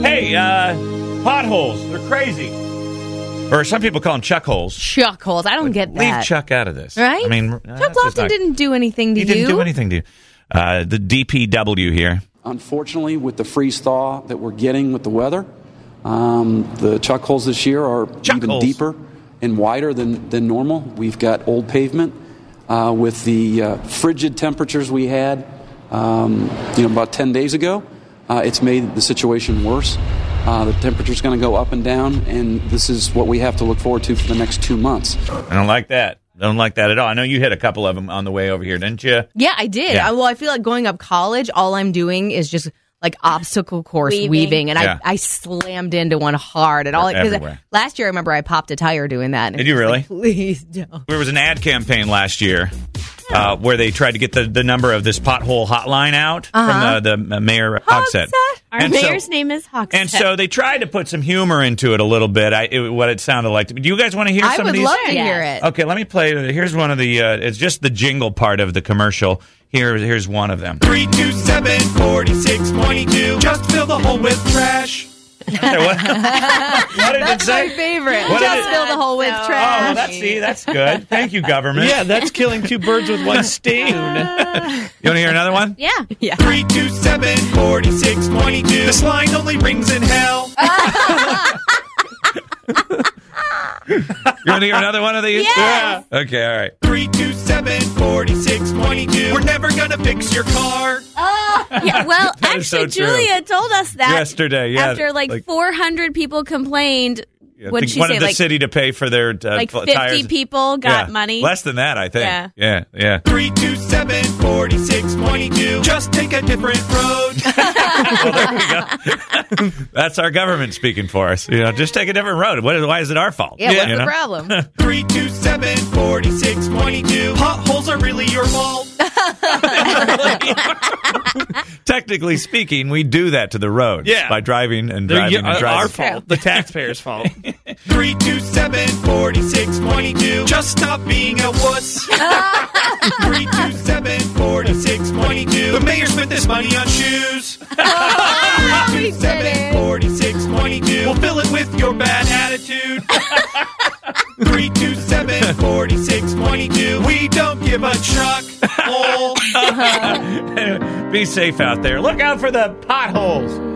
Hey, uh, potholes. They're crazy. Or some people call them chuck holes. Chuck holes. I don't get that. Leave Chuck out of this. Right? I mean, uh, Chuck that's just Lofton not- didn't do anything to He you. didn't do anything to you. Uh, the DPW here. Unfortunately, with the freeze thaw that we're getting with the weather, um, the chuck holes this year are Chuck even holes. deeper and wider than, than normal. We've got old pavement uh, with the uh, frigid temperatures we had, um, you know, about 10 days ago. Uh, it's made the situation worse. Uh, the temperature's going to go up and down, and this is what we have to look forward to for the next two months. I don't like that. I don't like that at all. I know you hit a couple of them on the way over here, didn't you? Yeah, I did. Yeah. I, well, I feel like going up college, all I'm doing is just like obstacle course weaving, Weaving. and Yeah. I, I slammed into one hard and all They're because everywhere. last year I remember I popped a tire doing that. Did you really? Please don't. There was an ad campaign last year uh, where they tried to get the, the number of this pothole hotline out Uh-huh. from the, the mayor Hogsett. Hogsett? Our And so- mayor's name is Hawks. And so they tried to put some humor into it a little bit. I it, what it sounded like. Do you guys want to hear I some would of these? love to Yeah. hear it. Okay, let me play. Here's one of the. Uh, it's just the jingle part of the commercial. Here, here's one of them. 327 46 22. Just fill the hole with trash. Okay, what, what did it That's say? my favorite. What just did it- fill the hole with Oh, Oh, trash. well, that's see, that's good. Thank you, government. Yeah, that's killing two birds with one stone. You want to hear another one? yeah. 327 46 22. This line only rings in hell. You want to hear another one of these? Yes. Yeah. Okay, all right. 327 46 22. We're never gonna fix your car. Yeah, well, That actually, is so true. Julia told us that Yesterday, yeah. after like, 400 people complained. I what'd think she wanted say? the Like, city to pay for their uh, like fl- 50 tires. people got Yeah. money. Less than that, I think. Yeah. yeah. yeah. 327 46 22. Just take a different road. That's our government speaking for us. You know, just take a different road. What is, why is it our fault? yeah, what's You the know? problem? 327 46 22. Potholes are really your fault. Technically speaking, we do that to the road. Yeah. By driving and They're driving y- and uh, driving. our fault, the taxpayers' fault. 327 46 22. Just stop being a wuss. 327 46 22. The mayor spent this money on shoes. 327 46 22. We'll fill it with your bad attitude. 327 46 22. We don't give a chuck. Hole. Be safe out there. Look out for the potholes.